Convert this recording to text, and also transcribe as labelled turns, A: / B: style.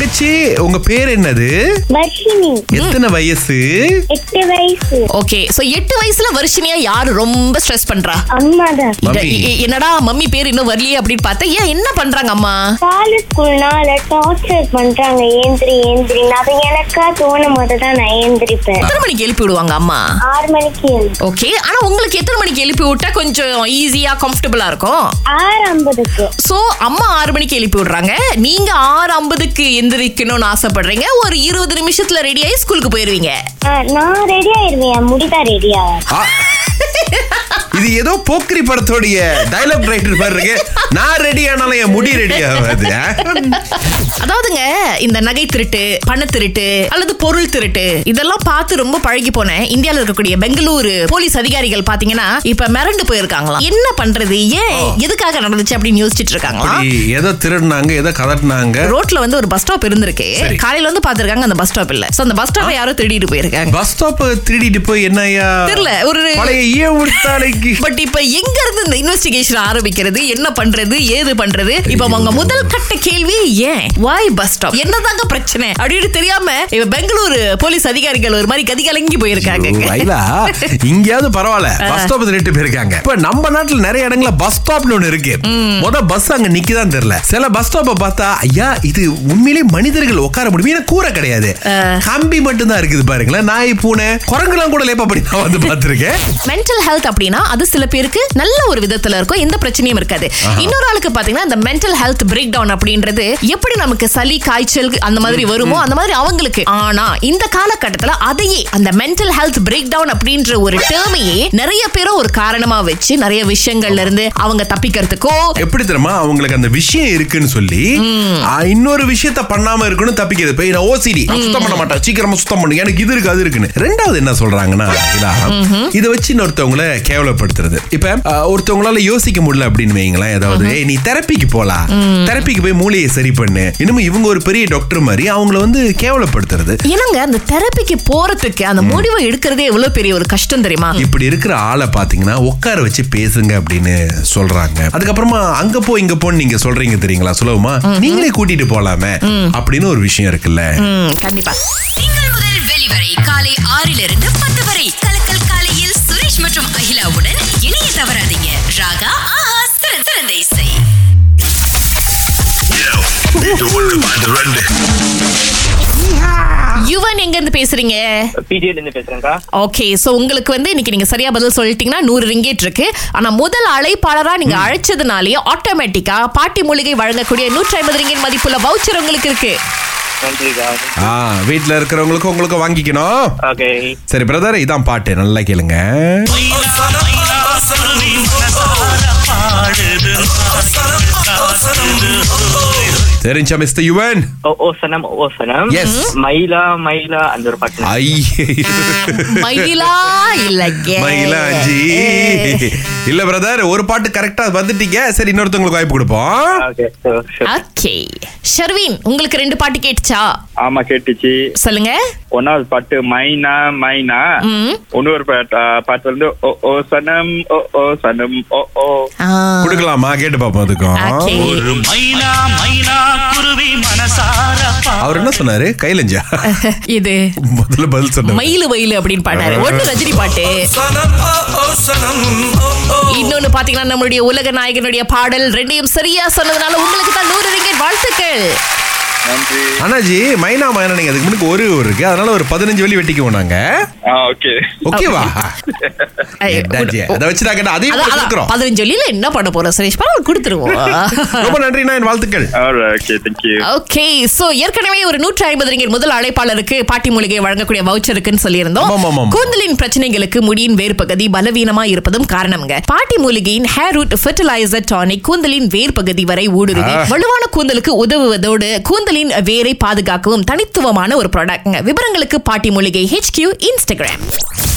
A: மச்சி உங்க பேர் என்னது
B: வர்ஷினி
A: எத்தனை வயசு
B: எட்டு வயசு
C: ஓகே சோ எட்டு வயசுல வருஷினியா யாரு ரொம்ப ஸ்ட்ரெஸ் பண்றா
B: அம்மாதான்
C: இத-
A: மம்மி.
C: இ- என்னடா மம்மி பேர் இன்னும் வரலையே அப்படின்னு பார்த்தா ஏன் என்ன பண்றாங்க அம்மா
B: காலு ஸ்கூல்னால டார்ச்சர் பண்றாங்க ஏந்திரி ஏந்திரி அப்ப எனக்கா தோணும் போது தான் நான் ஏந்திரிப்பேன்
C: எத்தனை மணிக்கு எழுப்பி விடுவாங்க அம்மா
B: ஆறு மணிக்கு எழுந்து
C: ஓகே ஆனா உங்களுக்கு எத்தனை மணிக்கு எழுப்பி விட்டா கொஞ்சம் ஈஸியா கம்ஃபர்டபுளா இருக்கும்
B: ஆறு ஐம்பதுக்கு
C: சோ அம்மா ஆறு மணிக்கு எழுப்பி விடுறாங்க நீங்க ஆறு ஐம்பதுக்கு எந்திரிக்கணும்னு ஆசைப்படுறீங்க ஒரு இருபது நிமிஷத்துல ரெடி ஆகி ஸ்கூலுக்கு போயிருவீங்க
B: ஆ, நான் ரெடி ஆயிருவேன் முடிதா ரெடியா
A: ஆ, இது ஏதோ போக்கிரி படத்தோடைய டைலாக் ரைட்டர் மாதிரி இருக்கு நான் ரெடி ஆனாலும் என் முடி ரெடி ஆகாது ஆ?
C: அதாவதுங்க இந்த நகை திருட்டு பண திருட்டு அல்லது பொருள் திருட்டு இதெல்லாம் பார்த்து ரொம்ப பழகி போனேன் இந்தியால இருக்கக்கூடிய பெங்களூரு போலீஸ் அதிகாரிகள் பாத்தீங்கன்னா இப்ப மிரண்டு போயிருக்காங்களாம் என்ன பண்றது ஏன் எதுக்காக நடந்துச்சு அப்படின்னு யோசிச்சுட்டு இருக்காங்களாம்
A: அப்படி எதை திருடினாங்க எதை கதட்டினாங்க
C: ரோட்ல வந்து ஒரு பஸ் ஸ்டாப் இருந்திருக்கு
A: சரி.
C: காலையில வந்து பாத்திருக்காங்க அந்த பஸ் ஸ்டாப் இல்ல சோ அந்த பஸ் ஸ்டாப்பை யாரோ திருடிட்டு போயிருக்காங்க
A: பஸ் ஸ்டாப் திருடிட்டு போய் என்னய்யா
C: தெரியல, ஒரு-
A: பழைய ஈ உடுத்தாலைக்கு
C: பட் இப்ப எங்க இருந்து இந்த இன்வெஸ்டிகேஷன் ஆரம்பிக்கிறது என்ன பண்றது ஏது பண்றது இப்ப அவங்க முதல் கட்ட கேள்வி ஏன் வாய் பஸ் ஸ்டாப் என்னதாங்க பிரச்சனை அப்படின்னு தெரியாம இப்ப பெங்களூர் போலீஸ் அதிகாரிகள் ஒரு மாதிரி கதிகலங்கி போயிருக்காங்க
A: ஐயா, இங்கேயாவது பரவாயில்ல பஸ் ஸ்டாப் திருட்டு போயிருக்காங்க இப்ப நம்ம நாட்டுல நிறைய இடங்கள்ல பஸ் ஸ்டாப்னு ஒண்ணு இருக்கு முத பஸ் அங்க நிக்கதான் தெரியல சில பஸ் ஸ்டாப்ப பார்த்தா ஐயா இது உண்மையிலேயே மனிதர்கள் உட்கார முடியும் ஏன்னா கூரை கிடையாது கம்பி மட்டும் தான் இருக்குது பாருங்களேன் நாய் பூனை குரங்குலாம் கூட லேப்பா படி நான் வந்து பார்த்திருக்கேன்
C: மென்டல் ஹெல்த் அப்படின்னா அது சில பேருக்கு நல்ல ஒரு விதத்துல இருக்கும் எந்த பிரச்சனையும் இருக்காது இன்னொரு ஆளுக்கு பாத்தீங்கன்னா இந்த மென்டல் ஹெல்த் பிரேக் டவுன் அப்படின்றது எப்படி நமக்கு சளி காய்ச்சல் அந்த மாதிரி வருமோ அந்த மாதிரி அவங்களுக்கு ஆனா இந்த காலகட்டத்துல அதையே அந்த மென்டல் ஹெல்த் பிரேக் டவுன் அப்படின்ற ஒரு டேர்மையே நிறைய பேரை ஒரு காரணமா வச்சு நிறைய விஷயங்கள்ல இருந்து அவங்க தப்பிக்கிறதுக்கோ
A: எப்படி தெரியுமா அவங்களுக்கு அந்த விஷயம் இருக்குன்னு சொல்லி ஆ, இன்னொரு விஷயத்த பண்ணாம இருக்கணும் தப்பிக்கிறது போய் நான் ஓசிடி நான் சுத்தம் பண்ண மாட்டேன் சீக்கிரமா சுத்தம் பண்ணு எனக்கு இது இருக்கு அது இருக்குன்னு ரெண்டாவது என்ன சொல்றாங்கன்னா இதா, இதை வச்சு இன்னொருத்தவங்கள கேவலப்படுத்துறது இப்ப ஆ, ஒருத்தவங்களால யோசிக்க முடியல அப்படின்னு வைங்களேன் ஏதாவது "ஏய், நீ தெரப்பிக்கு போலாம் தெரப்பிக்கு போய் மூளையை சரி பண்ணு இன்னமும் இவங்க ஒரு பெரிய டாக்டர் மாதிரி அவங்கள வந்து கேவலப்படுத்துறது
C: என்னங்க அந்த தெரப்பிக்கு போறதுக்கு அந்த முடிவை எடுக்கிறதே எவ்வளவு பெரிய ஒரு கஷ்டம் தெரியுமா
A: இப்படி இருக்கிற ஆளை பாத்தீங்கன்னா உட்கார வச்சு பேசுங்க அப்படின்னு சொல்றாங்க அதுக்கப்புறமா அங்க போ இங்க போன்னு நீங்க சொல்றீங்க தெரியுங்களா சுலபமா நீங்களே கூட்டிட்டு போலாமே அப்படின்னு ஒரு விஷயம் இருக்குல்ல
C: ம், கண்டிப்பா
D: திங்கள் முதல் வெளிவரை காலை ஆறிலிருந்து பத்து வரை கலக்கல் காலையில் சுரேஷ் மற்றும் அகிலாவுடன் இணைய தவறாதீங்க ராகா ஆஹா சிறந்த சிறந்த இசை
C: யுவன் எங்க இருந்து பேசுறீங்க
E: பிஜில இருந்து பேசுறேன்க்கா
C: ஓகே சோ உங்களுக்கு வந்து இன்னைக்கு நீங்க சரியா பதில் சொல்லிட்டீங்கன்னா நூறு ரிங்கேட் இருக்கு ஆனா முதல் அழைப்பாளரா நீங்க அழைச்சதுனாலே ஆட்டோமேட்டிக்கா பாட்டி மூலிகை வழங்கக்கூடிய நூற்றி ஐம்பது ரிங்கேட் மதிப்புள்ள வவுச்சர் உங்களுக்கு இருக்கு
E: நன்றிக்கா
A: ஆ வீட்டுல இருக்கிறவங்களுக்கு உங்களுக்கு வாங்கிக்கணும்
E: ஓகே
A: சரி பிரதர் இதான் பாட்டு நல்லா கேளுங்க தெரிஞ்சா மிஸ்டர் யுவன்
E: ஓ ஓ சனம் ஓ சனம்
A: Yes. Ah.
E: மயிலா மயிலா அந்த ஒரு பாட்டு
A: ஐயே
C: மயிலா இல்லைங்க
A: மயிலாஞ்சி இல்ல பிரதர் ஒரு பாட்டு கரெக்டா வந்துட்டீங்க சரி இன்னொருத்தவங்களுக்கு வாய்ப்பு கொடுப்போம்
E: ஓகே
C: ஓகே ஷர்வின் உங்களுக்கு ரெண்டு பாட்டு கேட்டுச்சா
F: ஆமா கேட்டுச்சு
C: சொல்லுங்க
F: ஒன்னாவது பாட்டு மைனா மைனா
C: ம்.
F: இன்னொரு பாட்டு ஆ, பாட்டு வந்து ஓ ஓ சனம் ஓ ஓ சனம் ஓ ஓ
C: ஆ,
A: கொடுக்கலாமா கேட்டு பாப்போம்
C: ஓகே.
A: அதுக்கும்
G: மைனா மைனா குருவி மனசார
A: அவர் என்ன சொன்னாரு கைலஞ்சா
C: இது
A: முதல்ல பதில் சொன்னாரு
C: மயிலு வயிலு அப்படின்னு பாட்டாரு ஒண்ணு ரஜினி பாட்டு இன்னொன்னு பாத்தீங்கன்னா நம்மளுடைய உலக நாயகனுடைய பாடல் ரெண்டையும் சரியா சொன்னதுனால உங்களுக்கு தான் நூறு ரிங்கெட் வாழ்த்துக்கள்
F: நன்றி
A: அண்ணாஜி மைனா மைனா நீங்க அதுக்கு முன்னாடி ஒரு ஊர் இருக்கு அதனால ஒரு பதினஞ்சு வழி வெட்டிக்குவோம் நாங்க
F: ஆ ஓகே
A: ஓகேவா
C: ஐ,
A: என்னாச்சு? அதை வச்சு நாங்க என்ன அதையும்
C: அதான்,
A: கூட
C: அதான்.
A: கொடுக்குறோம்
C: பதினஞ்சு வழியில என்ன பண்ண போறோம் சுரேஷ் பரவாயில்ல கொடுத்துருவோம்
A: ரொம்ப நன்றி நான் வாழ்த்துக்கள்
F: ஓகே தேங்க்யூ
C: ஓகே சோ ஏற்கனவே ஒரு நூற்றி ஐம்பது ரிங்கெட் முதல் அழைப்பாளருக்கு பாட்டி மூலிகை வழங்கக்கூடிய
A: ஆமாம்,
C: வவுச்சருக்குன்னு
A: ஆமாம்,
C: சொல்லியிருந்தோம்
A: ஆமாம்.
C: கூந்தலின் பிரச்சனைகளுக்கு முடியின் வேர்பகுதி பலவீனமா இருப்பதும் காரணம்ங்க பாட்டி மூலிகையின் ஹேர் ரூட் ஃபெர்டிலைசர் டானிக் கூந்தலின் வேர்பகுதி வரை ஊடுருவி வலுவான கூந்தலுக்கு உதவுவதோடு கூந்தலின் வேரை பாதுகாக்கவும் தனித்துவமான ஒரு ப்ராடக்ட்ங்க விவரங்களுக்கு பாட்டி மூலிகை ஹெச்கியூ இன்ஸ்டாகிராம்